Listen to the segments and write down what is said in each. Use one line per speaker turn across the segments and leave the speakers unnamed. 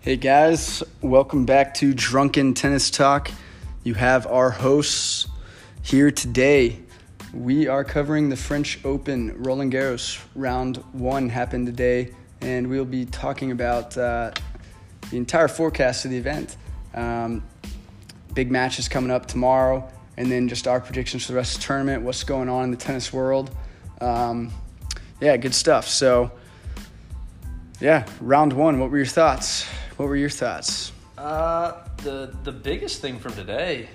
Hey guys, welcome back to Drunken Tennis Talk. You have our hosts here today. We are covering the French Open Roland Garros. Round one happened today, and we'll be talking about uh, the entire forecast of the event. Um, big matches coming up tomorrow, and then just our predictions for the rest of the tournament, what's going on in the tennis world. Um, yeah, good stuff. So, yeah, round one. What were your thoughts? What were your thoughts?
Uh, the the biggest thing from today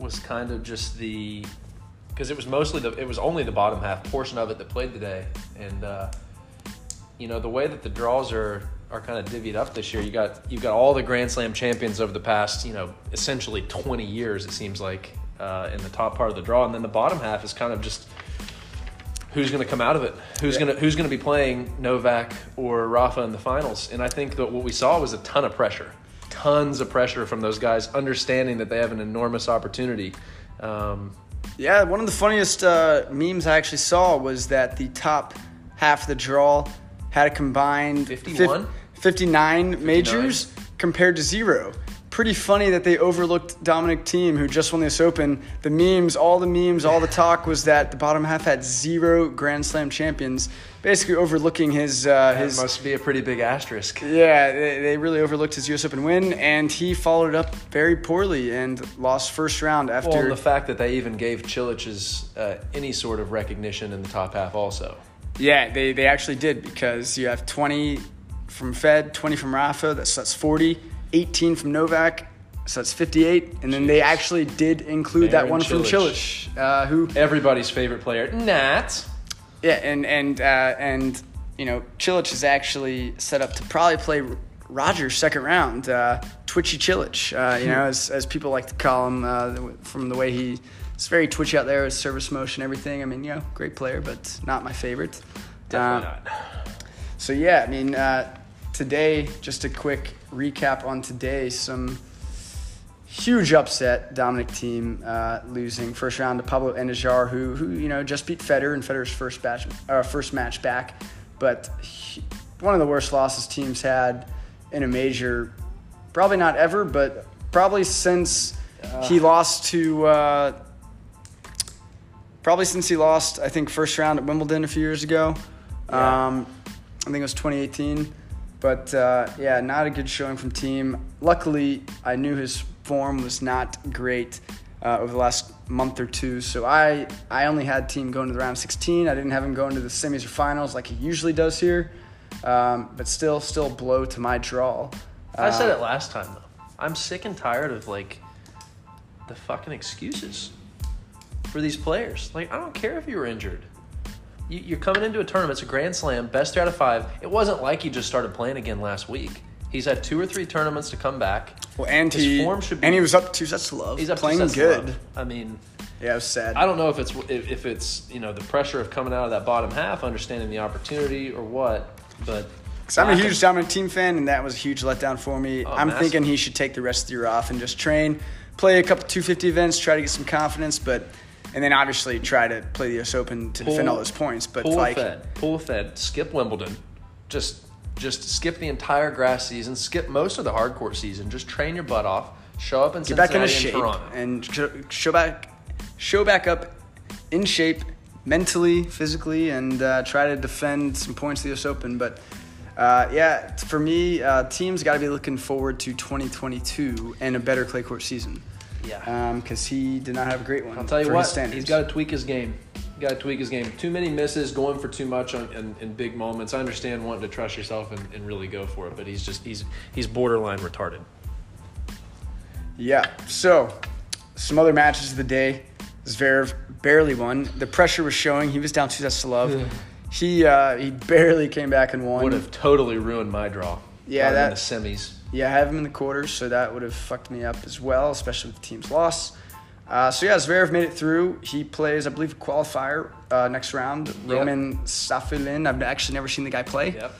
was kind of just the because it was mostly the it was only the bottom half portion of it that played today, and uh, you know the way that the draws are are kind of divvied up this year. You got you've got all the Grand Slam champions over the past you know essentially twenty years it seems like uh, in the top part of the draw, and then the bottom half is kind of just who's going to come out of it? Who's going to who's going to be playing Novak or Rafa in the finals? And I think that what we saw was a ton of pressure, tons of pressure from those guys, understanding that they have an enormous opportunity. Um,
Yeah, one of the funniest uh, memes I actually saw was that the top half of the draw had a combined fif-
51?
59 majors compared to zero. Pretty funny that they overlooked Dominic Team, who just won this Open. The memes, all the memes, all the talk was that the bottom half had zero Grand Slam champions, basically overlooking his uh,
it
his
must be a pretty big asterisk.
Yeah, they, they really overlooked his U.S. Open win, and he followed it up very poorly and lost first round after.
Well, and the fact that they even gave Chilich's uh, any sort of recognition in the top half, also.
yeah, they, they actually did because you have 20 from Fed, 20 from Rafa, that's, that's 40, 18 from Novak, so that's 58, and then they actually did include that
Aaron
one from
Cilic.
Chilich, uh, who
Everybody's favorite player, Nat.
Yeah, and and uh, and you know, Chilich is actually set up to probably play Rogers second round. Uh, twitchy Chilich, uh,
Hmm.
you know, as as people like to call him uh, from the way he. It's very twitchy out there with service motion, everything. I mean, you know, great player, but not my favorite.
Definitely
Uh,
not.
so yeah, I mean, uh, today just a quick recap on today. Some huge upset. Dominic Team uh, losing first round to Pablo Endejar, who who you know just beat Federer in Federer's first batch uh, first match back, but he- one of the worst losses teams had in a major, probably not ever, but probably since he lost to. Uh, probably since he lost, I think, first round at Wimbledon a few years ago.
Yeah.
Um, I think it was 2018. But uh, yeah, not a good showing from team. Luckily, I knew his form was not great uh, over the last month or two. So I, I only had team going to the round of 16. I didn't have him going to the semis or finals like he usually does here. Um, but still, still a blow to my draw.
I said
Uh,
it last time though. I'm sick and tired of like the fucking excuses for these players. Like I don't care if you were injured. You, you're coming into a tournament. It's a Grand Slam, best out of five. It wasn't like he just started playing again last week. He's had two or three tournaments to come back.
Well, and
His
he
form should be-
and he was up two sets to love.
He's up to
playing
sets
good.
love. I mean,
Yeah, it was sad.
I don't know if it's if, if it's you know the pressure of coming out of that bottom half, understanding the opportunity or what, but.
Because I'm a huge Dominic Team fan, and that was a huge letdown for me. I'm
massive.
thinking he should take the rest of the year off and just train, play a couple 250 events, try to get some confidence, but and then obviously try to play the US Open to defend all those points. But
pool
like,
fed, pool fed, skip Wimbledon, just just skip the entire grass season, skip most of the hardcore season, just train your butt off, show up in
get back
Cincinnati
into
and
shape
Toronto.
and show, show back, show back up in shape, mentally, physically, and uh, try to defend some points to the US Open. But uh, yeah, t- for me, uh, teams got to be looking forward to 2022 and a better clay court season.
yeah,
because he did not have a great one.
I'll tell you
for
what,
his standards.
he's got to tweak his game. Got to tweak his game. Too many misses, going for too much on, in, in big moments. I understand wanting to trust yourself and, and really go for it, but he's just he's he's borderline retarded.
yeah. So, some other matches of the day. Zverev barely won. The pressure was showing. He was down two sets to love. he uh, he barely came back and won.
Would have totally ruined my draw.
Yeah,
Got him
that-
in the semis.
Yeah, I have him in the quarters, so that would have fucked me up as well, especially with the team's loss. Uh, so yeah, Zverev made it through. He plays, I believe, a qualifier uh, next round. Roman Safilin. I've actually never seen the guy play.
Yep.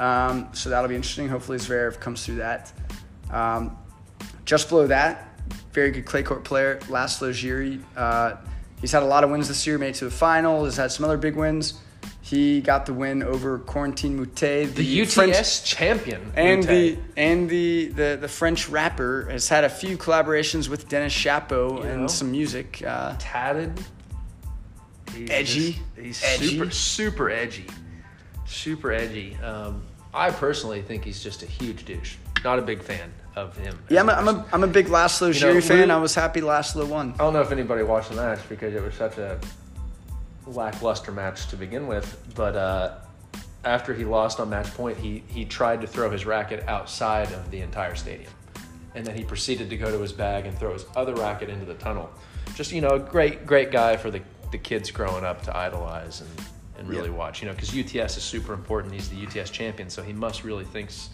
Um, so that'll be interesting. Hopefully, Zverev comes through that. Um, just below that, very good clay court player, Laszlo Giri. Uh, he's had a lot of wins this year, made it to the final, has had some other big wins. He got the win over Quarantine Moutet, the,
The UTS
French-
champion.
and
Moutet.
the and the, the the French rapper has had a few collaborations with Dennis Chapeau
You
and
know.
some music. Uh,
tatted. He's
Edgy.
just- he's
Edgy.
super, super edgy. Super edgy. Um, I personally think he's just a huge douche. Not a big fan of him. as
yeah, I'm a,
person.
I'm a I'm a big Laszlo
You know,
Giri fan.
Lou-
I was happy Laszlo won.
I don't know if anybody watched the match because it was such a lackluster match to begin with. But uh, after he lost on match point, he he tried to throw his racket outside of the entire stadium, and then he proceeded to go to his bag and throw his other racket into the tunnel. Just you know, a great great guy for the the kids growing up to idolize and and really
Yeah.
watch. You know, because UTS is super important. He's the UTS champion, so he must really thinks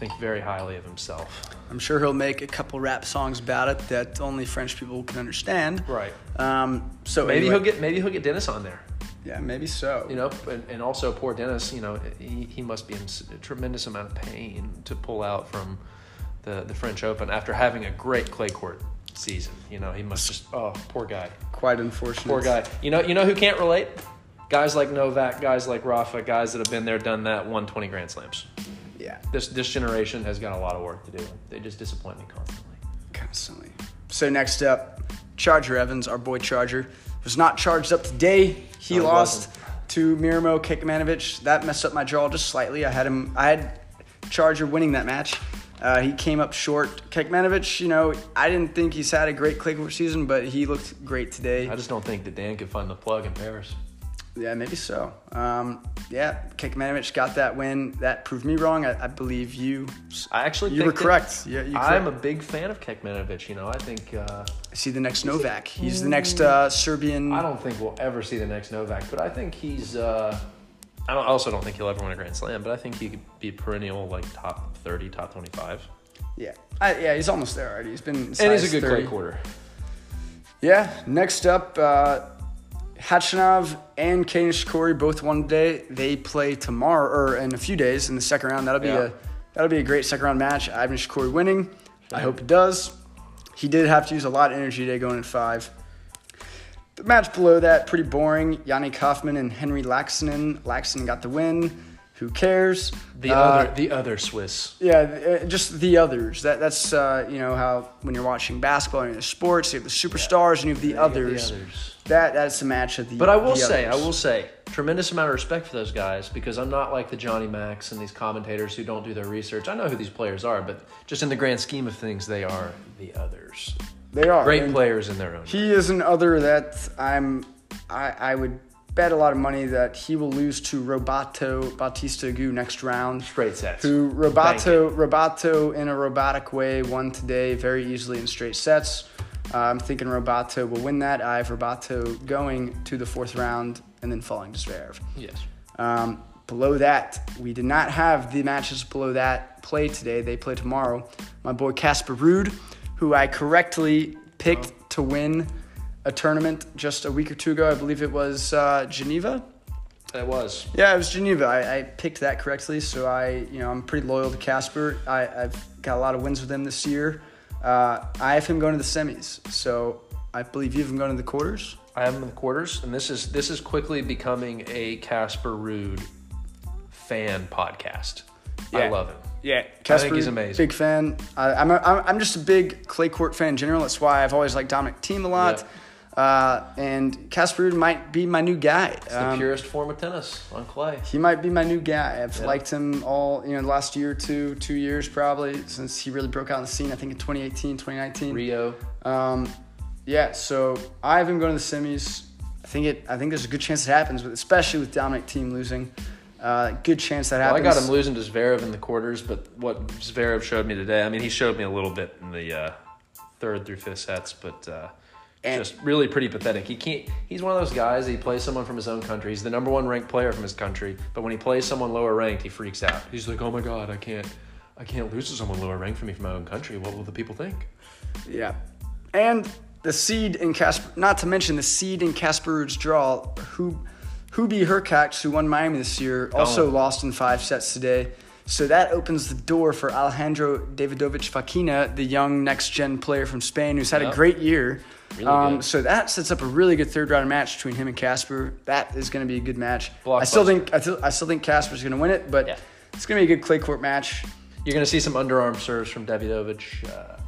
think very highly of himself.
I'm sure he'll make a couple rap songs about it that only French people can understand.
Right.
Um, so
Maybe
anyway-
he'll get maybe he'll get Dennis on there.
Yeah, maybe so.
you know, and, and also poor Dennis, you know, he, he must be in s- a tremendous amount of pain to pull out from the, the French Open after having a great clay court season. You know, he must just, oh, poor guy,
Quite unfortunate.
poor guy. You know, you know who can't relate? Guys like Novak, guys like Rafa, guys that have been there, done that, won 20 Grand Slams.
Yeah,
This this generation has got a lot of work to do. They just disappoint me constantly.
constantly. So next up, Charger Evans, our boy Charger, was not charged up today. He
No, he
lost to Miramo Kekmanovic. That messed up my jaw just slightly. I had him. I had Charger winning that match. Uh, he came up short. Kekmanovic, you know, I didn't think he's had a great clay court season, but he looked great today.
I just don't think that Dan could find the plug in Paris.
Yeah, maybe so. Um, yeah, Kekmanovic got that win. That proved me wrong. I, I believe you.
I actually
You were
think that-
correct. Yeah, you
I'm
correct.
a big fan of Kekmanovic. You know, I think uh,
See the next Novak. He's the next uh, Serbian.
I don't think we'll ever see the next Novak, but I think he's. Uh, I don't, also don't think he'll ever win a Grand Slam, but I think he could be perennial like top thirty, top twenty-five,
Yeah, I, yeah, he's almost there already. He's been
and
size
he's a good
30.
clay quarter.
Yeah. Next up, uh, Hachinov and Kane Shikori both won today. They play tomorrow or in a few days in the second round. That'll be
Yeah.
a that'll be a great second round match. Ivan Shikori winning. I hope it does. He did have to use a lot of energy today going in five. The match below that, pretty boring. Yanni Kaufman and Henry Laxinen. Laxinen got the win. Who cares?
The
Uh,
other, the other Swiss.
yeah, th- uh, just the others. That that's uh, you know how when you're watching basketball and other sports, you have the superstars and you have the,
have the
others.
others.
That that's a match of the.
But I will
the
say,
others.
I will say, tremendous amount of respect for those guys because I'm not like the Johnny Max and these commentators who don't do their research. I know who these players are, but just in the grand scheme of things, they are the others.
They are
Great
and
players in their own.
He is an other that I'm. I I would bet a lot of money that he will lose to Robato Batista Agu next round.
Straight sets.
Who Robato Robato in a robotic way won today very easily in straight sets. Uh, I'm thinking Robato will win that. I have Robato going to the fourth round and then falling to Zverev.
Yes.
Um, below that, we did not have the matches below that play today. They play tomorrow. My boy Casper Ruud, who I correctly picked to win a tournament just a week or two ago. I believe it was uh, Geneva.
That was.
Yeah, it was Geneva. I, I picked that correctly, so I, you know, I'm pretty loyal to Casper. I, I've got a lot of wins with him this year. Uh, I have him going to the semis, so I believe you have him going to the quarters.
I have him in the quarters, and this is this is quickly becoming a Casper Rude fan podcast. I
Yeah.
love him.
Yeah,
I think he's amazing.
Big fan. I, I'm, a, I'm I'm just a big clay court fan in general. That's why I've always liked Dominic Team a lot. Uh, and Casper Ruud might be my new guy.
It's the
Um,
purest form of tennis on clay.
he might be my new guy. I've
Yeah.
liked him all you know the last year or two, two years probably since he really broke out on the scene. I think in 2018, 2019.
Rio.
Um, yeah, so I have him going to the semis. I think it. I think there's a good chance it happens, but especially with Dominic Team losing, uh, good chance that
Well, I
happens.
got him losing to Zverev in the quarters, but what Zverev showed me today, I mean, he showed me a little bit in the uh, third through fifth sets, but uh,
And-
just really pretty pathetic. He can't. He's one of those guys. He plays someone from his own country. He's the number one ranked player from his country, but when he plays someone lower ranked, he freaks out. He's like, "Oh my god, I can't, I can't lose to someone lower ranked from me from my own country. What will the people think?"
Yeah. And the seed in Casper, not to mention the seed in Casper Ruud's draw, who Hubie Hercox, who won Miami this year, also
Oh.
lost in five sets today. So that opens the door for Alejandro Davidovich Fakina, the young next gen player from Spain who's had
Yep.
a great year.
Really
Um,
good.
so that sets up a really good third round match between him and Casper. That is going to be a good match.
Blockbuster.
I still think I, still I still think Casper's going to win it, but
Yeah.
it's going to be a good clay court match.
You're gonna see some underarm serves from Davidovich, uh,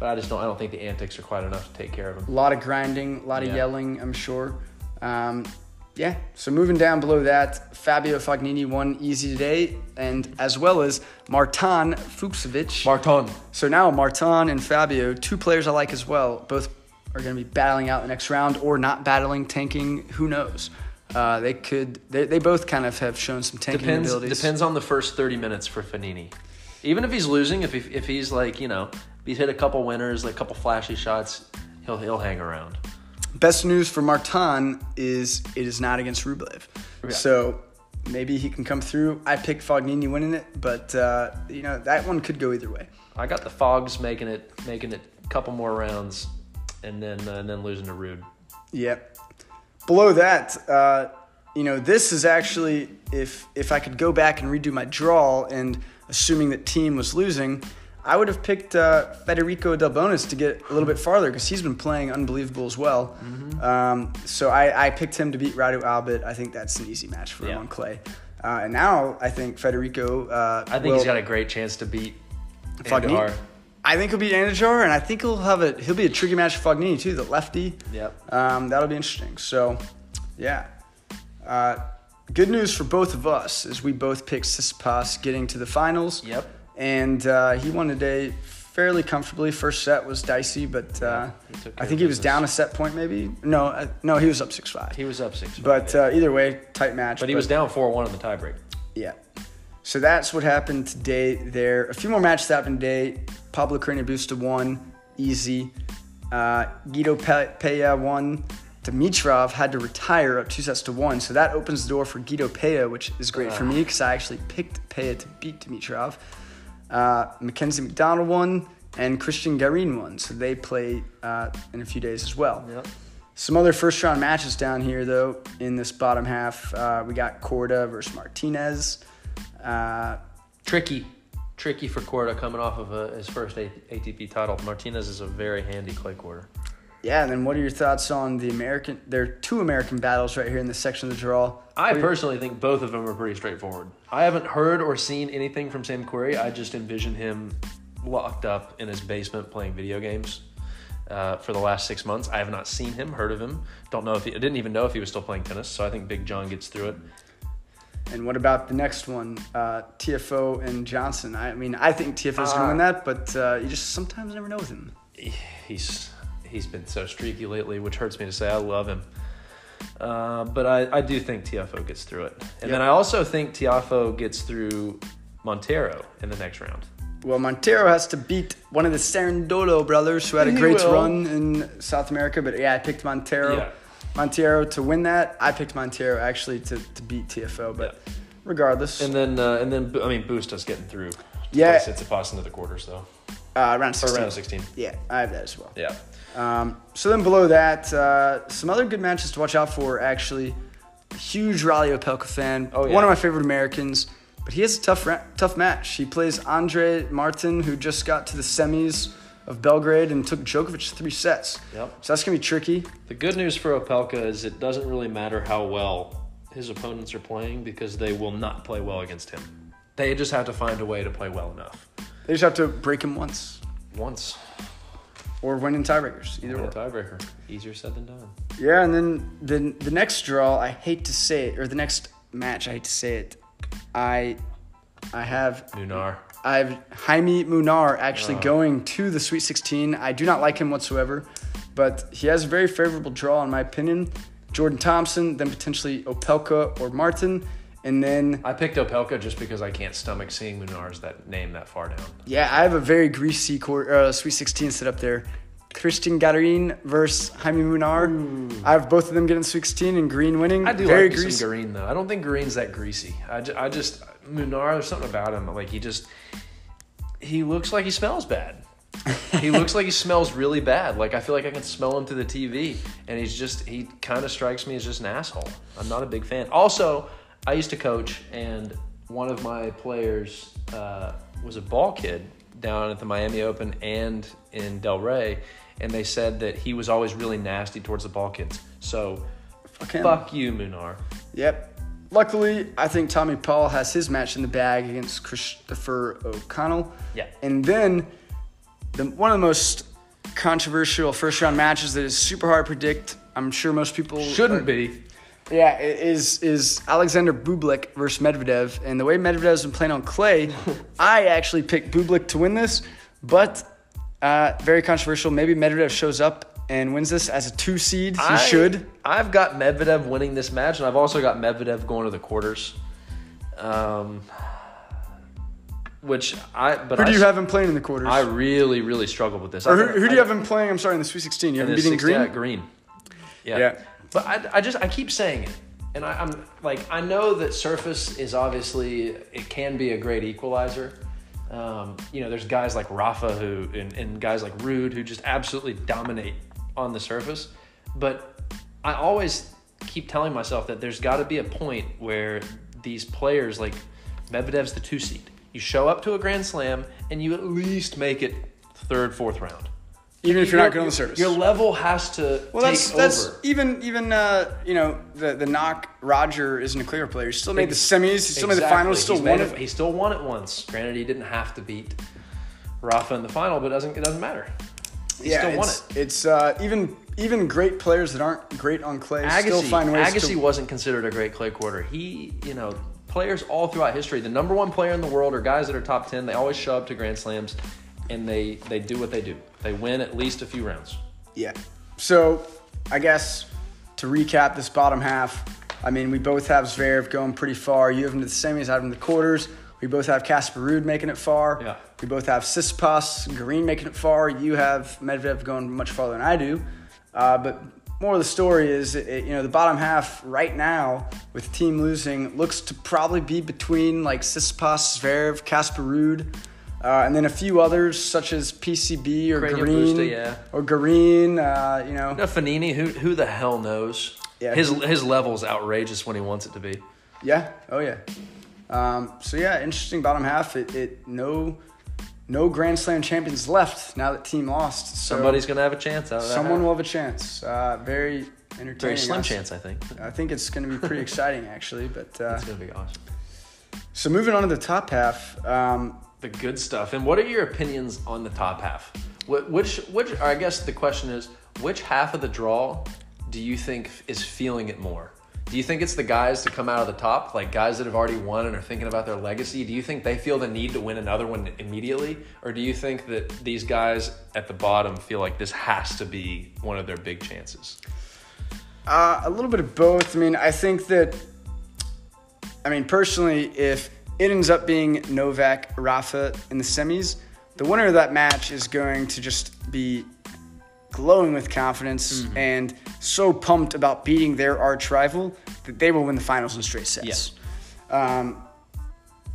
but I just don't. I don't think the antics are quite enough to take care of him.
A lot of grinding, a lot of
Yeah.
yelling, I'm sure. Um, yeah, so moving down below that, Fabio Fognini won easy today, and as well as Martan Fuchsovich.
Marton.
so now Martan and Fabio, two players I like as well, both are going to be battling out the next round or not battling, tanking, who knows. Uh, they could, they, they both kind of have shown some tanking
Depends
abilities.
depends on the first thirty minutes for Fanini. Even if he's losing, if he, if he's like you know, if he's hit a couple winners, like a couple flashy shots, he'll he'll hang around.
Best news for Martin is it is not against Rublev. So maybe he can come through. I picked Fognini winning it, but uh, you know that one could go either way.
I got the Fogs making it making it a couple more rounds, and then uh, and then losing to Rude.
Yep. Below that, uh, you know, this is actually if if I could go back and redo my draw, and assuming that team was losing, I would have picked uh, Federico Delbonis to get a little bit farther because he's been playing unbelievable as well.
Mm-hmm.
Um, so I, I picked him to beat Radu Albert. I think that's an easy match for him
Yeah.
on clay. Uh, and now I think Federico. Uh,
I think he's got a great chance to beat Andujar.
I think he'll beat Anajar, and I think he'll have a he'll be a tricky match for Fognini too, the lefty.
Yep.
Um, that'll be interesting. So, yeah. Uh, good news for both of us is we both picked Sissipas getting to the finals.
Yep.
And uh, he won today fairly comfortably. First set was dicey, but uh,
he took
I
care
think
of
he was
business.
down a set point maybe. No, uh, no, he was up six five.
He was up six.
But uh, either way, tight match.
but he was down four one in the tiebreak.
Yeah. So that's what happened today there. A few more matches happened today. Pablo Carreño Busta won, easy. Uh, Guido Pe- Pea won. Dimitrov had to retire up two sets to one. So that opens the door for Guido Pea, which is great for me because I actually picked Pea to beat Dimitrov. Uh, Mackenzie McDonald won, and Christian Garin won. So they play uh, in a few days as well.
Yep.
Some other first round matches down here, though, in this bottom half. Uh, we got Corda versus Martinez. Uh,
Tricky, tricky for Corda coming off of uh his first A- ATP title. Martinez is a very handy clay quarter.
yeah, and then what are your thoughts on the American? There are two American battles right here in this section of the draw.
I
What are your-
personally think both of them are pretty straightforward. I haven't heard or seen anything from Sam Querrey. I just envision him locked up in his basement playing video games uh, for the last six months. I have not seen him, heard of him. Don't know if he, I didn't even know if he was still playing tennis. So I think Big John gets through it.
and what about the next one, uh, TFO and Johnson? I mean, I think TFO's going
Ah.
to win that, but uh, you just sometimes never know with him.
he's he's been so streaky lately, which hurts me to say. I love him, uh, but I, I do think Tiafo gets through it, and
Yep.
then I also think Tiafo gets through Montero in the next round.
Well, Montero has to beat one of the Serendolo brothers who had a
He
great
will.
run in South America. But yeah, I picked Montero.
Yeah.
Montero to win that. I picked Montero actually to, to beat TFO. But regardless,
And then uh, and then I mean Busta's getting through. to
Yeah.
play Tsitsipas into the quarters though,
uh, round 16.
or round sixteen.
Yeah, I have that as well.
Yeah,
Um, so then below that, uh, some other good matches to watch out for. Actually, huge Raleigh Opelka fan.
Oh, yeah.
One of my favorite Americans. But he has a tough ra- tough match. He plays Andre Martin, who just got to the semis of Belgrade and took Djokovic three sets.
Yep.
So that's gonna be tricky.
the good news for Opelka is it doesn't really matter how well his opponents are playing because they will not play well against him. They just have to find a way to play well enough.
They just have to break him once
Once
or win in tiebreakers. Either
in a
way.
tiebreaker, easier said than done.
Yeah, and then the the next draw, I hate to say it, or the next match, I hate to say it. I I have
Nunar.
I have Jaime Munar actually
Uh.
going to the Sweet 16. I do not like him whatsoever, but he has a very favorable draw in my opinion. Jordan Thompson, then potentially Opelka or Martin, and then
I picked Opelka just because I can't stomach seeing Munar's that name that far down.
yeah, I have a very greasy court, uh, Sweet 16 set up there. Christian Garin versus Jaime Munar. I have both of them getting Sweet 16 and Green winning.
I do
very
like me
greasy.
some Green though. I don't think Green's that greasy. I, ju- I just Munar, there's something about him. Like he just he looks like he smells bad. he looks like he smells really bad. Like I feel like I can smell him through the TV, and he's just he kind of strikes me as just an asshole. I'm not a big fan. Also, I used to coach, and one of my players uh, was a ball kid down at the Miami Open and in Del Rey, and they said that he was always really nasty towards the ball kids. So
Fuck him.
fuck you, Munar.
Yep. Luckily, I think Tommy Paul has his match in the bag against Christopher O'Connell.
Yeah.
And then the, one of the most controversial first round matches that is super hard to predict. I'm sure most people
Shouldn't be.
Yeah, i- is is Alexander Bublik versus Medvedev, and the way Medvedev's been playing on clay, I actually picked Bublik to win this, but uh, very controversial. Maybe Medvedev shows up and wins this as a two seed. He
I-
should.
I've got Medvedev winning this match, and I've also got Medvedev going to the quarters. Um, which I but
Who
I,
do you have him playing in the quarters?
I really really struggled with this.
Or
I
who,
thought-
who do
I-
you have him playing? I'm sorry, in the Sweet 16. You have
And
him
it's
beating
60
Green?
at Green. Yeah.
Yeah.
But I, I just I keep saying it, and I, I'm like I know that surface is obviously it can be a great equalizer. Um, you know, there's guys like Rafa who and, and guys like Rude who just absolutely dominate on the surface. But I always keep telling myself that there's got to be a point where these players like Medvedev's the two seed. You show up to a Grand Slam and you at least make it third, fourth round.
Even if you're not
Your-
good on the service.
Your level has to
well,
take
that's, that's
over.
even, even uh, you know, the, the knock Roger isn't a clear player. He still made the semis, he still made the
Exactly.
finals, still
He's
won
made it-
it.
He still won it once. Granted, he didn't have to beat Rafa in the final, but it doesn't it doesn't matter. He
yeah,
still won
it's, it's uh, even even great players that aren't great on clay
Agassi,
still find ways
Agassi
to.
wasn't considered a great clay quarter. He, you know, players all throughout history, the number one player in the world are guys that are top ten. They always show up to Grand Slams, and they they do what they do. They win at least a few rounds.
Yeah. So, I guess to recap this bottom half, I mean, we both have Zverev going pretty far. You have him to the semis, I have him to the quarters. We both have Casper Ruud making it far.
Yeah.
We both have Sispas, Green making it far. You have Medvedev going much farther than I do. Uh, but more of the story is, it, you know, the bottom half right now with the team losing looks to probably be between like Sispas, Zverev, Casper Ruud, uh, and then a few others such as PCB or
Crania
Green
Busta, yeah.
or Green, uh, you know.
You know, Fanini, who who the hell knows?
Yeah.
His his level's outrageous when he wants it to be.
Yeah. Oh yeah. Um, so yeah, interesting bottom half. It, it no no Grand Slam champions left now that team lost. So
Somebody's gonna have a chance out of that.
someone will have a chance. Uh, very entertaining.
Very slim
I-
chance, I think.
I think it's going to be pretty exciting actually. But uh,
That's gonna be awesome.
so moving on to the top half. Um,
The good stuff. And what are your opinions on the top half? Wh- Which, which, or I guess the question is, which half of the draw do you think is feeling it more? Do you think it's the guys that come out of the top, like guys that have already won and are thinking about their legacy? Do you think they feel the need to win another one immediately, or do you think that these guys at the bottom feel like this has to be one of their big chances?
Uh, a little bit of both. I mean, I think that, I mean, personally, if it ends up being Novak Rafa in the semis, the winner of that match is going to just be glowing with confidence and so pumped about beating their arch rival that they will win the finals in straight sets. Um,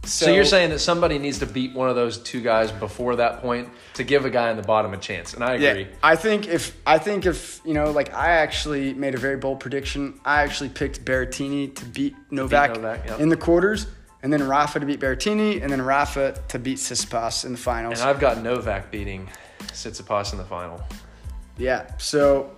so,
So, you're saying that somebody needs to beat one of those two guys before that point to give a guy in the bottom a chance, and I agree.
Yeah, I think if I think if you know, like I actually made a very bold prediction. I actually picked Berrettini to beat Novak,
Novak, yep.
in the quarters, and then Rafa to beat Berrettini, and then Rafa to beat Sissipas in the finals.
And I've got Novak beating Sitsipas in the final.
yeah, so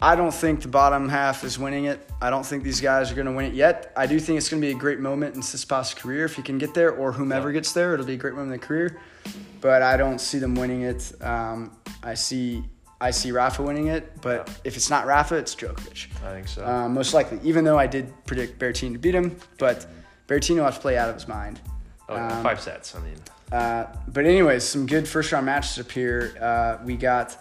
I don't think the bottom half is winning it. I don't think these guys are going to win it yet. I do think it's going to be a great moment in Sissipas' career if he can get there, or whomever gets there. It'll be a great moment in the career, but I don't see them winning it. Um, I see. I see Rafa winning it, but
Yeah.
if it's not Rafa, it's Djokovic.
I think so.
Uh, most likely, even though I did predict Berrettini to beat him, but Berrettini will have to play out of his mind.
oh, yeah,
um,
five sets. I mean,
Uh, but anyways, some good first round matches up here. Uh, we got,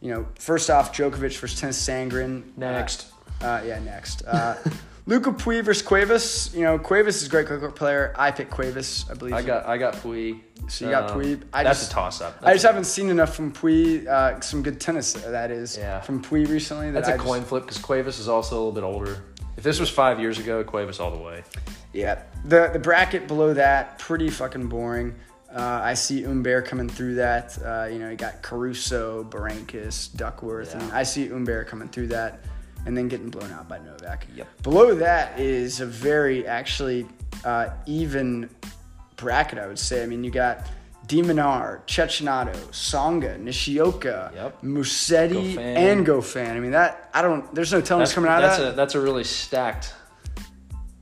you know, first off, Djokovic versus Tennis Sangren.
Next.
Uh, uh, yeah, next. Uh, Luca Pui versus Cuevas. You know, Cuevas is a great cricket player. I picked Cuevas, I believe.
I got I got Um, Pui.
So you got Pui. I
that's
just-
a toss up.
I just haven't seen enough from Pui. Uh, some good tennis that is
Yeah.
from Pui recently. That
that's
a
a coin flip because Cuevas is also a little bit older. If this was five years ago, Cuevas all the way.
Yeah. The the bracket below that pretty fucking boring. Uh, I see Umber coming through that. Uh, you know, you got Caruso, Barankis, Duckworth, and
Yeah.
I see Umber coming through that, and then getting blown out by Novak.
Yep.
Below that is a very actually uh, even bracket, I would say. I mean, you got Diminar, Chechenado, Songa, Nishioka,
Yep.
Musetti,
Gofan.
and Gofan. I mean, that, I don't, there's no telling what's
That's,
coming out of
that's
that.
a that's a really stacked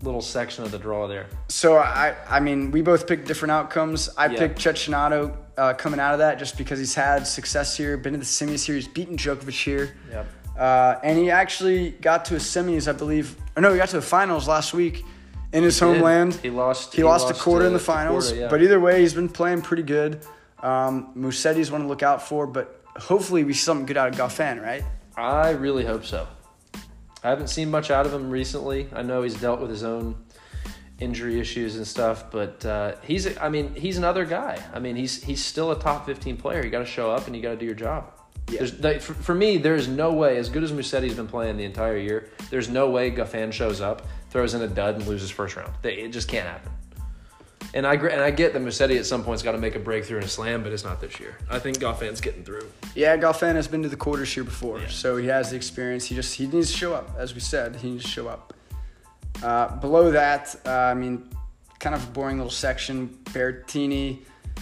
little section of the draw there.
So I, I mean, we both picked different outcomes. I
Yeah.
picked Chechenado uh, coming out of that just because he's had success here, been to the semi series, beaten Djokovic here,
Yep.
uh, and he actually got to a semis, I believe. Or no, he got to the finals last week in his homeland.
He lost.
He, lost, to Korda in the
to
finals,
Korda, yeah.
but either way, he's been playing pretty good. Um, Musetti's one to look out for, but hopefully we see something good out of Goffin, right?
I really hope so. I haven't seen much out of him recently. I know he's dealt with his own injury issues and stuff, but uh, he's I mean he's another guy. I mean he's he's still a top fifteen player. You got to show up and you got to do your job.
Yeah.
There's, like, for, for me, there is no way. As good as Musetti's been playing the entire year, there's no way Goffin shows up, throws in a dud, and loses first round. They, it just can't happen. And I gr- and I get that Musetti at some point's got to make a breakthrough and a slam, but it's not this year. I think Goffin's getting through.
Yeah, Goffin has been to the quarters here before,
Yeah.
so he has the experience. He just he needs to show up, as we said. He needs to show up. Uh, below that, uh, I mean, kind of a boring little section. Berrettini,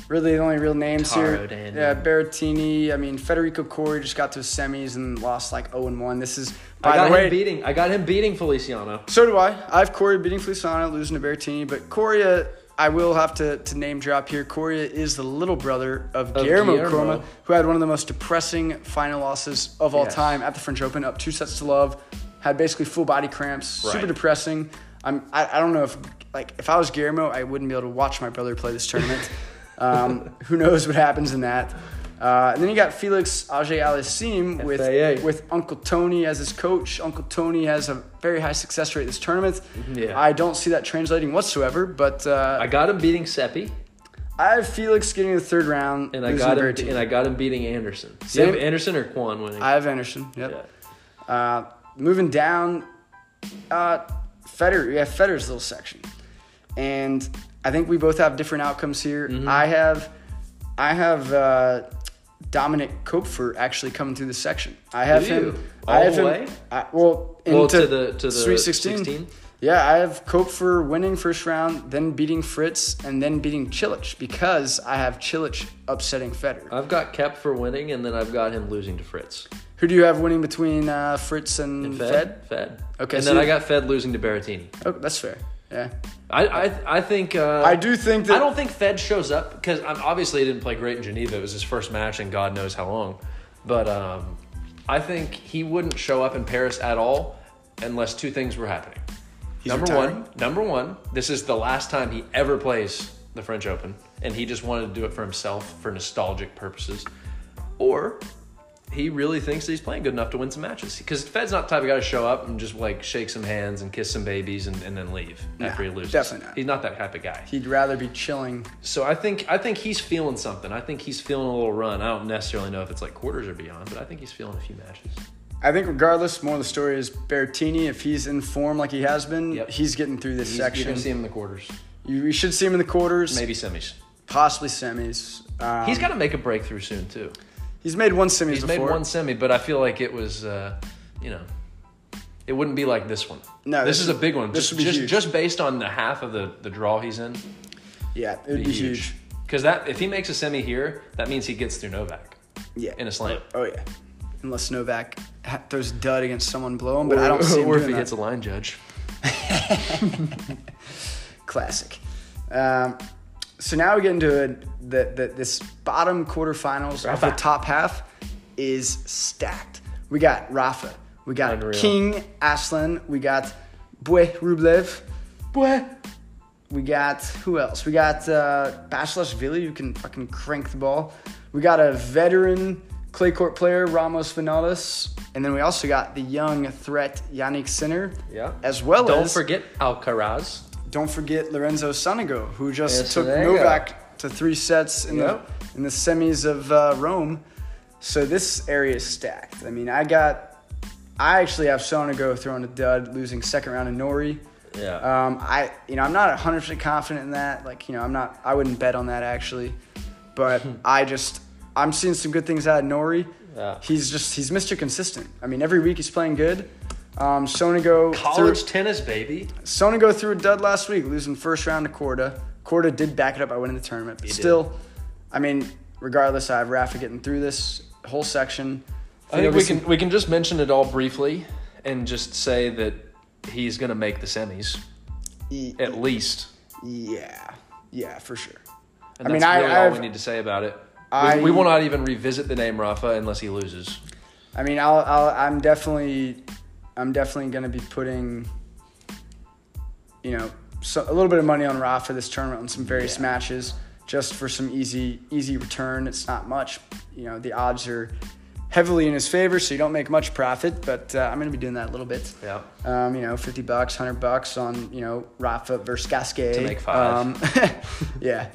really the only real names here.
Taro, Dan.
Yeah, Berrettini. I mean, Federico Corey just got to the semis and lost like 0 and 1. This is
I
by
got
the way.
him beating. I got him beating Feliciano.
so do I. I have Corey beating Feliciano, losing to Berrettini, but Corey. Uh, I will have to, to name drop here. Corey is the little brother of
Of
Guillermo,
Guillermo.
Coroma, who had one of the most depressing final losses of all
Yes.
time at the French Open, up two sets to love, had basically full body cramps, super
Right.
depressing. I'm, I, I don't know if, like, if I was Guillermo, I wouldn't be able to watch my brother play this tournament. um, who knows what happens in that. Uh, and then you got Felix Auger Aliassime
FAA.
with, with Uncle Tony as his coach. Uncle Tony has a very high success rate this tournament.
Mm-hmm. Yeah.
I don't see that translating whatsoever, but uh,
I got him beating Seppi,
I, have Felix getting the third round.
and I
losing
got
to
him,
Berrettini.
and I got him beating Anderson. Do
Same-
you have Anderson or Quan winning?
I have Anderson. Yep.
yeah.
Uh, moving down, uh, Federer. We have Federer's little section, and I think we both have different outcomes here.
Mm-hmm.
I have, I have uh, Dominic Kopfer actually coming through the section. I have
Do you?
him. I
All
have
the
him.
way?
I, well, into
Well, to the- to the
Sweet Sixteen.
16?
Yeah, I have Kopfer winning first round, then beating Fritz, and then beating Chilich because I have Chilich upsetting Federer.
I've got Kep for winning, and then I've got him losing to Fritz.
Who do you have winning between uh, Fritz and, Fed?
Fed. Fed.
Okay,
And
so
then I
you-
got Fed losing to Berrettini.
Oh, that's fair. Yeah.
I I, I think. Uh,
I do think that.
I don't think Fed shows up because um, obviously he didn't play great in Geneva. It was his first match and God knows how long. But um, I think he wouldn't show up in Paris at all unless two things were happening. number
retiring?
one, number one, this is the last time he ever plays the French Open, and he just wanted to do it for himself for nostalgic purposes. Or he really thinks that he's playing good enough to win some matches. Because Fed's not the type of guy to show up and just like shake some hands and kiss some babies and, and then leave after he loses.
definitely not.
He's not that type of guy.
He'd rather be chilling.
So I think I think he's feeling something. I think he's feeling a little run. I don't necessarily know if it's like quarters or beyond, but I think he's feeling a few matches.
I think, regardless, more of the story is Berrettini. If he's in form like he has been,
Yep.
he's getting through this
He's, You're
section.
gonna see him in the quarters,
you, you should see him in the quarters,
maybe semis.
possibly semis. Um,
He's
he's,
got to make a breakthrough soon too.
made one semis
He's
before.
made one semi, but I feel like it was, uh, you know, it wouldn't be like this one.
No,
this,
this
is
would-
a big one.
this
just
would be
just,
huge.
just based on the half of the the draw he's in,
Yeah, it would be huge.
Because that if he makes a semi here, that means he gets through Novak
Yeah.
in a slam.
oh, yeah. Unless Novak ha- throws a dud against someone below him, but I don't see him
or if
doing
he
that.
gets a line judge.
Classic. Um, so now we get into it. The, the, this bottom quarterfinals of the
Rafa.
top half is stacked. We got Rafa. We got
Unreal.
King Aslan. We got Bue Rublev.
What?
We got who else? We got uh, Bashilashvili, who can fucking crank the ball. We got a veteran clay court player, Ramos Vinales, and then we also got the young threat Yannick Sinner.
Yeah.
As well
Don't
as
forget Alcaraz.
don't forget Lorenzo Sonego, who just
Yes,
took
Sonego.
Novak to three sets in
Yep.
the in the semis of uh, Rome. So this area is stacked. I mean, I got, I actually have Sonego throwing a dud, losing second round in Nori.
Yeah.
Um, I you know I'm not 100 percent confident in that. Like you know I'm not I wouldn't bet on that actually, but I just I'm seeing some good things out of Nori.
Yeah.
He's just he's Mr. Consistent. I mean every week he's playing good. Um, Sonego threw-
College tennis, baby.
Sona go through a dud last week, losing first round to Corda. Corda did back it up by winning the tournament, but
did.
still, I mean, regardless, I have Rafa getting through this whole section.
I think we can we can just mention it all briefly and just say that he's going to make the semis
E-
at least.
yeah, yeah, for sure.
And
I
that's
mean, I-
really all
I've-
we need to say about it.
I-
we, we will not even revisit the name Rafa unless he loses.
I mean, I'll, I'll I'm definitely I'm definitely going to be putting you know so, a little bit of money on Ra for this tournament and some various
Yeah.
matches just for some easy easy return. It's not much, you know. The odds are heavily in his favor, so you don't make much profit. But uh, I'm going to be doing that a little bit.
Yeah.
Um, you know, 50 bucks, 100 bucks on, you know, Rafa versus Gasquet. To
make five.
yeah.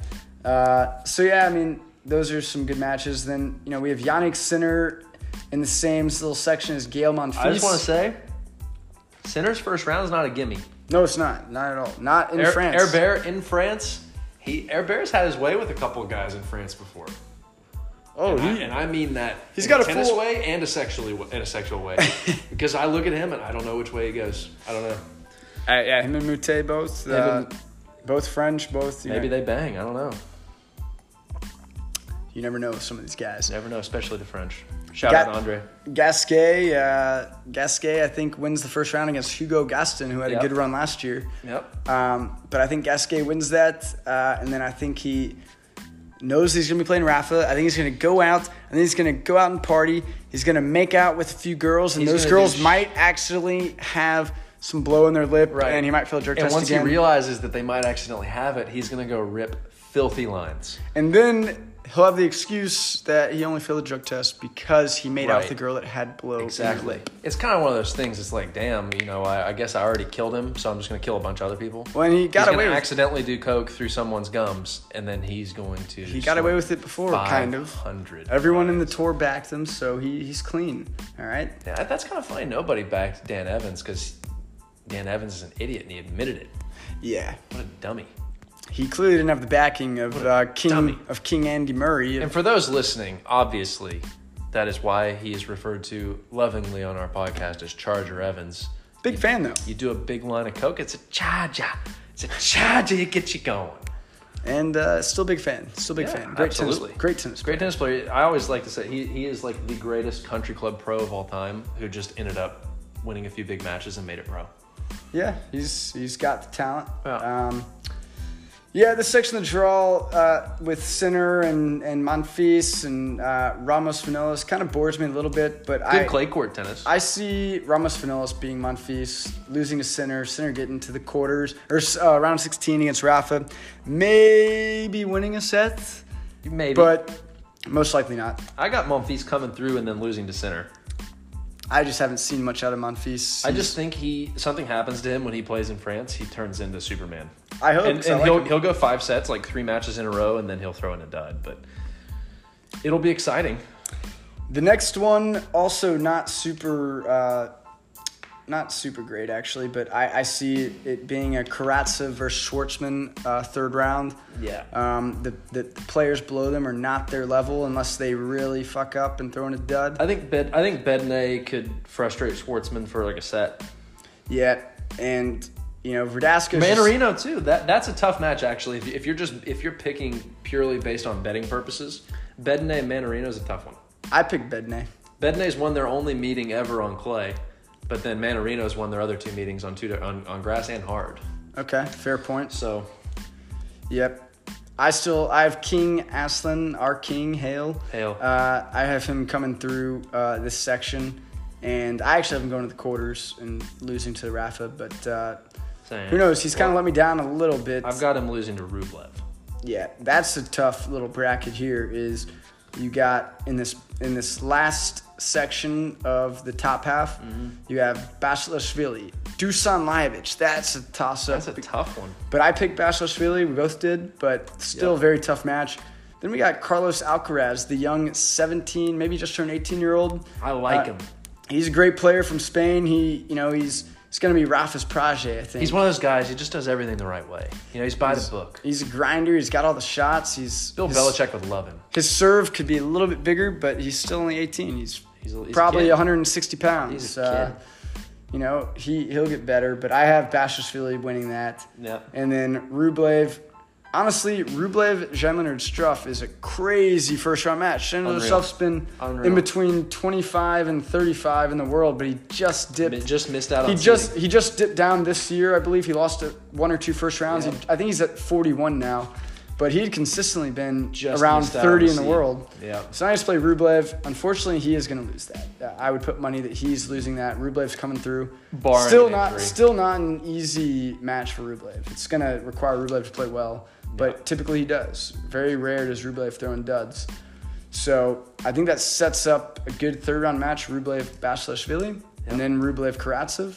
Uh, so, yeah, I mean, those are some good matches. Then, you know, we have Yannick Sinner in the same little section as Gail Monfils.
I just want to say, Sinner's first round is not a gimme.
No, it's not. Not at all. Not in
Air,
France.
Air Bear in France, he Air Bear's had his way with a couple of guys in France before.
Oh,
And I,
he,
and I mean that
He's
in
got a
tennis
full-
way and a sexually in a sexual way, because I look at him and I don't know which way he goes. I don't know.
uh, yeah, him and Moutet both. Uh,
and-
both French, both. You,
Maybe
know,
they bang. I don't know.
you never know with some of these guys.
Never know, especially the French. Shout
Got-
out Andre.
Gasquet, uh, Gasquet, I think, wins the first round against Hugo Gaston, who had
Yep.
a good run last year.
Yep.
Um, but I think Gasquet wins that, uh, and then I think he knows he's gonna be playing Rafa. I think he's gonna go out, and then he's gonna go out and party. He's gonna make out with a few girls, and
He's
those
gonna do
girls
sh-
might actually have some blow in their lip,
Right.
and he might feel jerk
And
test
once
again.
he realizes that they might accidentally have it, he's gonna go rip filthy lines.
and then he'll have the excuse that he only failed a drug test because he made out with
Right.
the girl that had blow. in her
Exactly.
lip.
It's kind of one of those things. It's like, damn, you know, I, I guess I already killed him, so I'm just gonna kill a bunch of other people.
Well, and he got
he's
away
gonna
with-
accidentally do coke through someone's gums, and then he's going to.
He got away with it before, kind of.
Hundred.
Everyone in the tour backed him, so he, he's clean. All right.
Yeah, that's kind of funny. Nobody backed Dan Evans because Dan Evans is an idiot and he admitted it.
Yeah.
What a dummy.
He clearly didn't have the backing of uh, King
dummy.
of King Andy Murray.
And for those listening, obviously, that is why he is referred to lovingly on our podcast as Charger Evans.
Big fan though.
You do a big line of coke, it's a charger. It's a charger. You get you going.
and uh, still big fan. Still big fan. Great
absolutely.
tennis. Great tennis.
Great tennis player. I always like to say he, he is like the greatest country club pro of all time who just ended up winning a few big matches and made it pro.
Yeah, he's he's got the talent.
Yeah.
Um, yeah, this section of the draw uh, with Sinner and and Monfils and uh, Ramos Vinolas kind of bores me a little bit, but
Good
I
clay court tennis.
I see Ramos Finolas being Monfils, losing to Sinner, Sinner getting to the quarters or uh, round 16 against Rafa, maybe winning a set,
Maybe.
but most likely not.
I got Monfils coming through and then losing to center.
I just haven't seen much out of Monfils.
I just think he something happens to him when he plays in France. He turns into Superman.
I hope
and,
so. I
and
like
he'll
him.
he'll go five sets, like three matches in a row, and then he'll throw in a dud. But it'll be exciting.
The next one, also not super, uh, not super great actually, but I, I see it being a Karatsa versus Schwartzman uh, third round.
Yeah.
Um, the, the the players below them are not their level unless they really fuck up and throw in a dud.
I think Bed I think Bednay could frustrate Schwartzman for like a set.
Yeah, and you know Verdasco.
Manarino too. That that's a tough match actually. If, you- if you're just if you're picking purely based on betting purposes, Bednay and Manarino is a tough one.
I picked Bednay.
Bednay's won their only meeting ever on clay, but then Manarino's won their other two meetings on two on, on grass and hard.
Okay, fair point.
So
Yep. I still I have King Aslan, our King Hale.
Hale.
Uh, I have him coming through uh, this section, and I actually have him going to the quarters and losing to Rafa. But uh,
Same.
who knows? He's kind of let me down a little bit.
I've got him losing to Rublev.
yeah, that's a tough little bracket here. Is you got in this in this last section of the top half,
Mm-hmm.
you have Basilashvili, Dusan Lajovic. That's a toss up.
That's a tough one.
But I picked Bashashvili. We both did, but still
Yeah.
very tough match. Then we got Carlos Alcaraz, the young 17, maybe just turned 18 year old.
I like him.
He's a great player from Spain. He, you know, he's he's gonna be Rafa's protege, I think.
He's one of those guys. He just does everything the right way. You know, he's by the book.
He's a grinder. He's got all the shots. He's
Bill
his,
Belichick would love him.
His serve could be a little bit bigger, but he's still only 18. He's,
He's a- he's a
probably
kid.
160 pounds.
He's a
Uh,
kid.
you know, he he'll get better, but I have Bashashvili winning that.
Yeah.
And then Rublev, honestly, Rublev, Zeman, and Struff is a crazy first round match. Shannon
Unreal.
Struff's been
Unreal.
in between 25 and 35 in the world, but he just dipped.
Mi- just missed out on
he just he just dipped down this year, I believe. He lost uh, one or two first rounds.
Yeah.
He, I think he's at 41 now, but he had consistently been
Just
around
missed out
30
on
in the
seed.
world.
Yeah.
So now he's play Rublev. Unfortunately, he is going to lose that. Uh, I would put money that he's losing that. Rublev's coming through.
Barring
still
an
not
injury.
still not an easy match for Rublev. It's going to require Rublev to play well, but typically he does. Very rare does Rublev throw in duds. So I think that sets up a good third round match. Rublev Bashlashvili, and then Rublev Karatsev.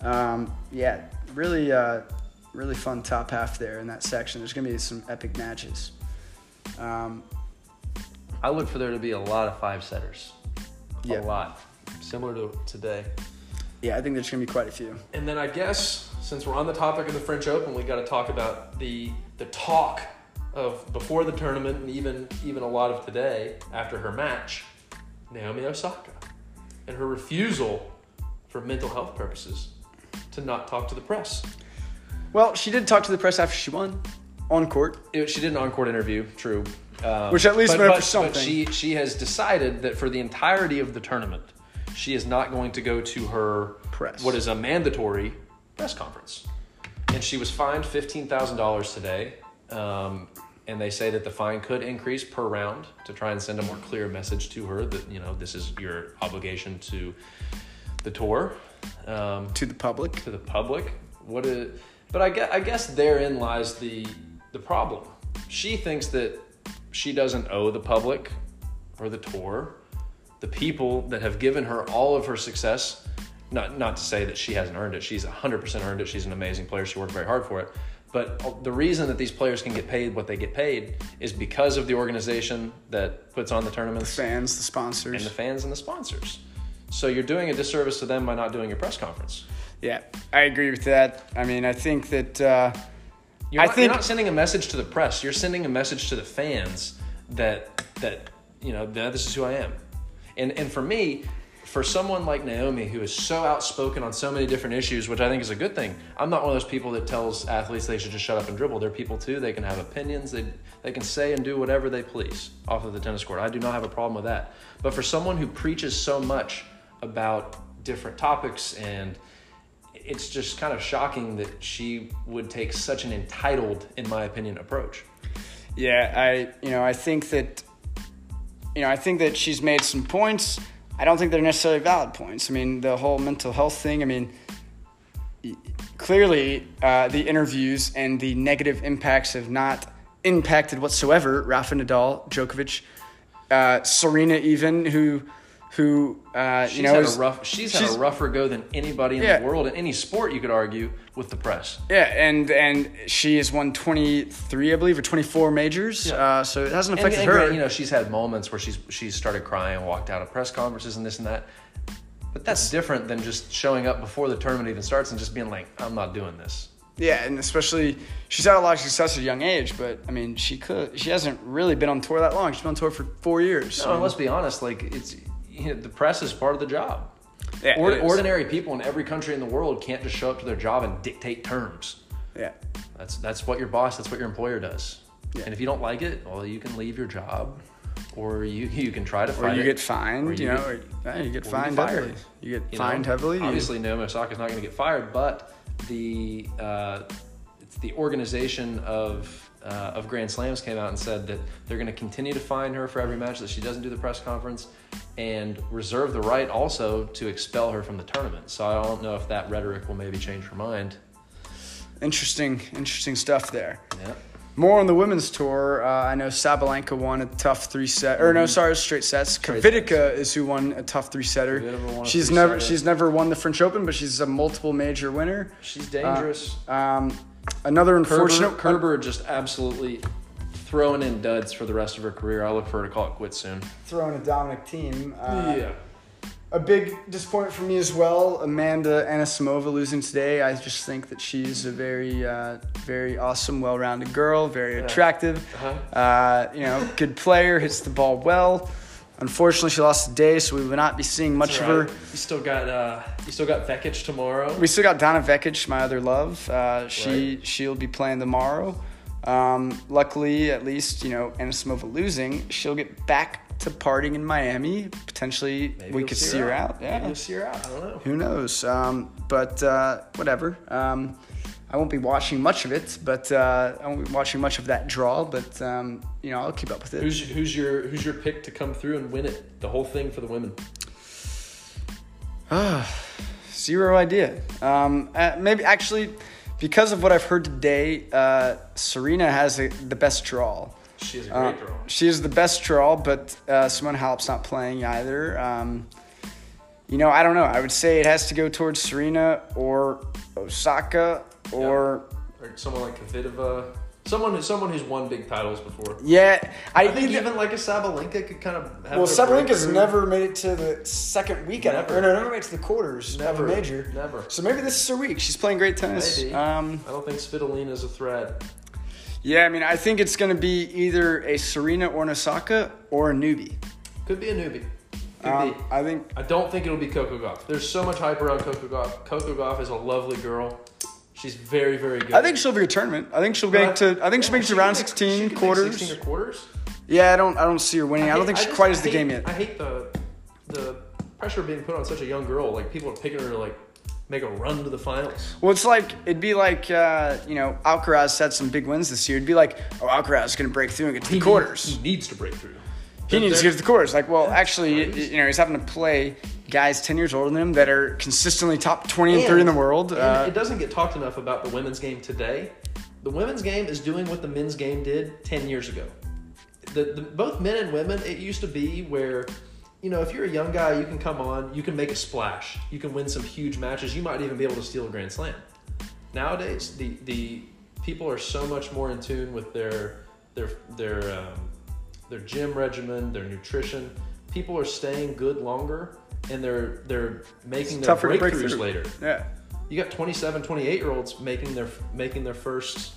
Um, yeah, really, uh, really fun top half there in that section. There's going to be some epic matches. Um,
I look for there to be a lot of five setters.
Yeah.
A lot. Similar to today.
yeah, I think there's going to be quite a few.
And then I guess since we're on the topic of the French Open, we got to talk about the the talk of before the tournament and even even a lot of today after her match, Naomi Osaka and her refusal for mental health purposes to not talk to the press.
Well, she did talk to the press after she won on court.
It- she did an encore interview, true. Um,
Which at least meant for
But
something.
she she has decided that for the entirety of the tournament, she is not going to go to her
Press.
what is a mandatory press conference, and she was fined fifteen thousand dollars today. Um, and they say that the fine could increase per round to try and send a more clear message to her that you know this is your obligation to the tour. Um,
To the public.
to the public. What a, but I guess, I guess therein lies the the problem. She thinks that she doesn't owe the public or the tour, the people that have given her all of her success. Not not to say that she hasn't earned it. She's 100% earned it. She's an amazing player. She worked very hard for it. But the reason that these players can get paid what they get paid is because of the organization that puts on the tournaments
Fans, the sponsors.
and the fans and the sponsors. So you're doing a disservice to them by not doing your press conference.
yeah, I agree with that. I mean, I think that uh,
You're
I
not,
think-
you're not sending a message to the press. You're sending a message to the fans that that you know that this is who I am. And and for me, for someone like Naomi who is so outspoken on so many different issues, which I think is a good thing. I'm not one of those people that tells athletes they should just shut up and dribble. They're people too. They can have opinions. They they can say and do whatever they please off of the tennis court. I do not have a problem with that. But for someone who preaches so much about different topics and it's just kind of shocking that she would take such an entitled, in my opinion, approach.
Yeah, I you know I think that you know I think that she's made some points. I don't think they're necessarily valid points. I mean, the whole mental health thing. I mean, y- clearly uh, the interviews and the negative impacts have not impacted whatsoever Rafa Nadal, Djokovic, uh, Serena, even who who uh,
She's
you know
had
is-
a rough. She's, had
she's-
a rougher go than anybody in
Yeah.
the world in any sport. You could argue with the press.
Yeah, and and she has won twenty three, I believe, or twenty four majors.
Yeah.
Uh, so it hasn't
And,
affected
and
her.
granted, you know, she's had moments where she's she's started crying and walked out of press conferences and this and that. But that's different than just showing up before the tournament even starts and just being like, "I'm not doing this."
Yeah, and especially she's had a lot of success at a young age, but I mean, she could she hasn't really been on tour that long. She's been on tour for four years.
So let's be honest. Like it's you know, the press is part of the job.
Yeah,
Or,
it is.
ordinary people in every country in the world can't just show up to their job and dictate terms.
yeah,
That's that's what your boss, that's what your employer does.
Yeah.
And if you don't like it, well, you can leave your job, or you you can try to
or
find
you
it.
get fined,
or
you,
you
know,
get-
or, yeah, you get
or you get
fined
fired.
heavily. You get
you know?
fined heavily. you-
Obviously, Naomi Osaka is not going to get fired, but the uh, it's the organization of. Uh, of Grand Slams came out and said that they're going to continue to fine her for every match that she doesn't do the press conference, and reserve the right also to expel her from the tournament. So I don't know if that rhetoric will maybe change her mind.
interesting, interesting stuff there.
Yeah.
More on the women's tour. Uh, I know Sabalenka won a tough three set,
Mm-hmm.
or no, sorry, straight sets. Kvitka is who won a tough three setter.
Kvitova won a
She's
three-setter.
never she's never won the French Open, but she's a multiple major winner.
She's
Uh,
dangerous.
um, another
Kerber,
unfortunate
Kerber just absolutely throwing in duds for the rest of her career. I look for her to call it quits soon.
throwing a Dominic team. Uh, A big disappointment for me as well. Amanda Anisimova losing today. I just think that she's a very, uh, very awesome, well-rounded girl. Very attractive.
Uh-huh.
Uh, you know, good player. Hits the ball well. Unfortunately, she lost today, so we will not be seeing much of her.
You still got uh, you still got Vekic tomorrow.
We still got Donna Vekic, my other love. Uh, she she'll be playing tomorrow. Um, luckily, at least, you know, Anisimova losing, she'll get back to partying in Miami. Potentially,
Maybe
we
you'll
could see her out. Yeah.
Maybe you'll see her out. I don't know.
Who knows? Um, but uh, whatever. Um, I won't be watching much of it, but uh, I won't be watching much of that draw. But um, you know, I'll keep up with it.
Who's who's your who's your pick to come through and win it? The whole thing for the women.
Zero idea. Um, uh, maybe actually, because of what I've heard today, uh, Serena has a, the best draw.
She has a
Uh,
great draw.
she is the best draw, but uh, Simone Halep's not playing either. Um, you know, I don't know. I would say it has to go towards Serena or Osaka or.
Or someone like Kvitova. Someone who someone who's won big titles before.
Yeah, I,
I think
that-
even like a Sabalenka could kind of. Have
Well,
their
Sabalenka's
breakthrough.
never made it to the second weekend.
Never.
Or no, never made it to the quarters
Never.
of the major.
Never.
So maybe this is her week. She's playing great tennis.
Maybe.
Um,
I don't think Svitolina's a threat.
yeah, I mean, I think it's going to be either a Serena or an Osaka or a newbie.
Could be a newbie. Could
Um,
be.
I think.
I don't think it'll be Coco Goff. There's so much hype around Coco Goff. Coco Goff is a lovely girl. She's very, very good.
I think she'll be a tournament. I think she'll
But
make to. I think
yeah,
she'll make it to
she
round
could make- she
sixteen
could make
quarters.
16 or quarters.
Yeah, I don't. I don't see her winning. I, don't
hate-
think she
just-
quite as
I
the
hate-
game yet.
I hate the the pressure being put on such a young girl. Like people are picking her to like make a run to the finals.
Well, it's like it'd be like uh, you know Alcaraz had some big wins this year. It'd be like, oh, Alcaraz is going to break through and get to the quarters.
He needs to break through.
He
They're-
needs to get to the course. Like, well, actually, y-
crazy.
you know, he's having to play guys ten years older than him that are consistently top twenty and,
And-
thirty in the world.
and
Uh,
it doesn't get talked enough about the women's game today. The women's game is doing what the men's game did 10 years ago. The, the, both men and women, it used to be where, you know, if you're a young guy, you can come on, you can make a splash, you can win some huge matches, you might even be able to steal a Grand Slam. Nowadays, the, the people are so much more in tune with their, their, their, um, their gym regimen, their nutrition. People are staying good longer and they're, they're making their
tougher to
breakthroughs
break through.
later
yeah,
you got 27 28 year olds making their making their first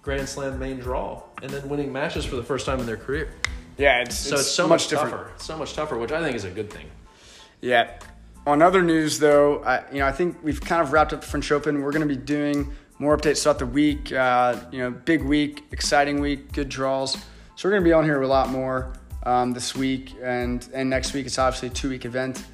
grand slam main draw and then winning matches for the first time in their career
yeah, it's,
so it's, so much, tougher It's so much tougher which i think is a good thing
Yeah. On other news, though, I, you know, I think we've kind of wrapped up the French Open. We're going to be doing more updates throughout the week. Uh, you know, big week, exciting week, good draws. So we're going to be on here a lot more um, this week and and next week. It's obviously a two week event.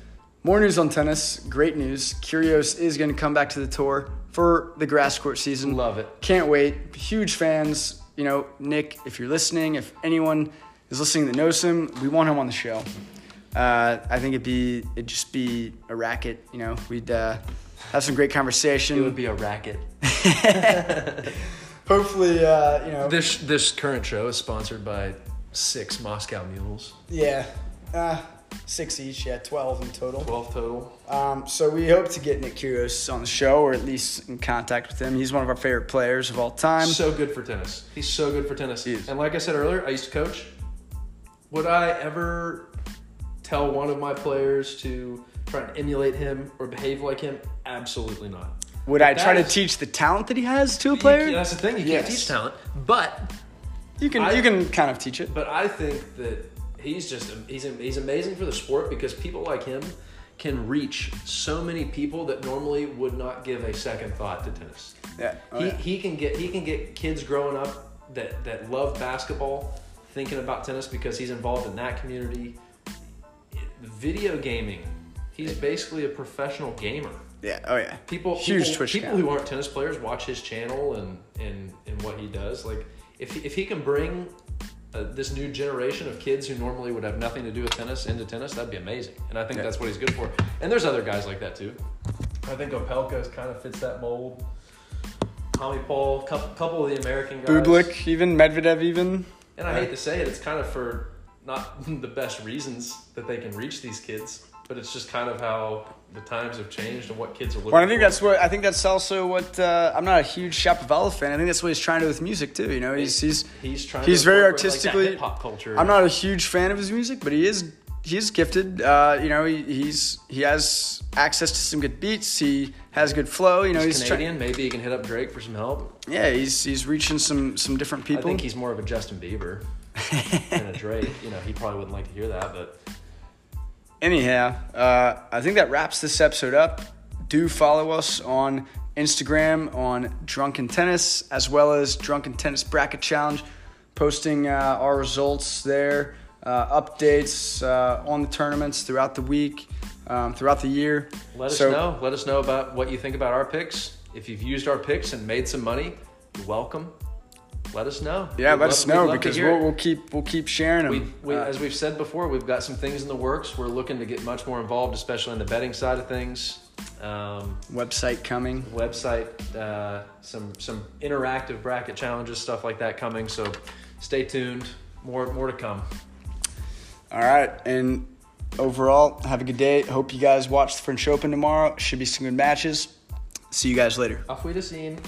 More news on tennis. Great news. Curios is going to come back to the tour for the grass court season.
Love it.
Can't wait. Huge fans. You know, Nick, if you're listening, if anyone is listening that knows him, we want him on the show. Uh, I think it'd be it'd just be a racket. You know, we'd uh, have some great conversation.
be a racket
Hopefully, uh, you know,
this this current show is sponsored by six moscow mules
yeah, uh, six each, yeah, twelve in total.
12 total
Um, so we hope to get Nick Kyrgios on the show, or at least in contact with him. He's one of our favorite players of all time.
so good for tennis he's so good for tennis
He is.
and like i said earlier i used to coach would i ever tell one of my players to try and emulate him or behave like him absolutely not
Would I
That
try to
is-
teach the talent that he has to a
You-
player? You,
that's the thing. You
Yes.
can't teach talent, but
can
I-
you can kind of teach it.
but I think that he's just he's he's amazing for the sport because people like him can reach so many people that normally would not give a second thought to tennis.
Yeah. Oh,
he,
yeah.
he can get he can get kids growing up that that love basketball thinking about tennis because he's involved in that community. Video gaming. He's basically a professional gamer
Yeah. Oh yeah.
people
Huge
people,
Twitch
people
account.
who aren't tennis players watch his channel and and and what he does like if he, if he can bring uh, this new generation of kids who normally would have nothing to do with tennis into tennis that'd be amazing and i think
Yeah.
that's what he's good for and there's other guys like that too i think opelka kind of fits that mold tommy paul couple, couple of the american guys
Bublik, even Medvedev, even.
and i hate to say it it's kind of for not the best reasons that they can reach these kids but it's just kind of how the times have changed and what kids are looking
Well, I think
for.
that's what I think that's also what uh, I'm not a huge Shapovalov fan. I think that's what he's trying to do with music too. You know, he's he's
He's trying.
he's
to
very
incorporate,
artistically.
like, that hip hop culture.
I'm not a huge fan of his music, but he is he is gifted. Uh, you know, he, he's he has access to some good beats. He has good flow. You know, he's,
He's
try-
Canadian. Maybe he can hit up Drake for some help.
yeah, he's he's reaching some some different people.
I think he's more of a Justin Bieber than a Drake. You know, he probably wouldn't like to hear that, but
Anyhow, uh, I think that wraps this episode up. Do follow us on Instagram on Drunken Tennis, as well as Drunken Tennis Bracket Challenge, posting uh, our results there, uh, updates uh, on the tournaments throughout the week, um, throughout the year.
Let
So-
us know. Let us know about what you think about our picks. If you've used our picks and made some money, welcome. Let us know.
Yeah, let
We'd love-
us
we'd
know
love to
because
hear it.
we'll, we'll keep we'll keep sharing them.
We, we,
Uh,
as we've said before, we've got some things in the works. We're looking to get much more involved, especially in the betting side of things. Um,
website coming.
website, uh, some some interactive bracket challenges, stuff like that coming. So stay tuned. More more to come.
All right, and overall, have a good day. Hope you guys watch the French Open tomorrow. Should be some good matches. See you guys later.
Auf Wiedersehen.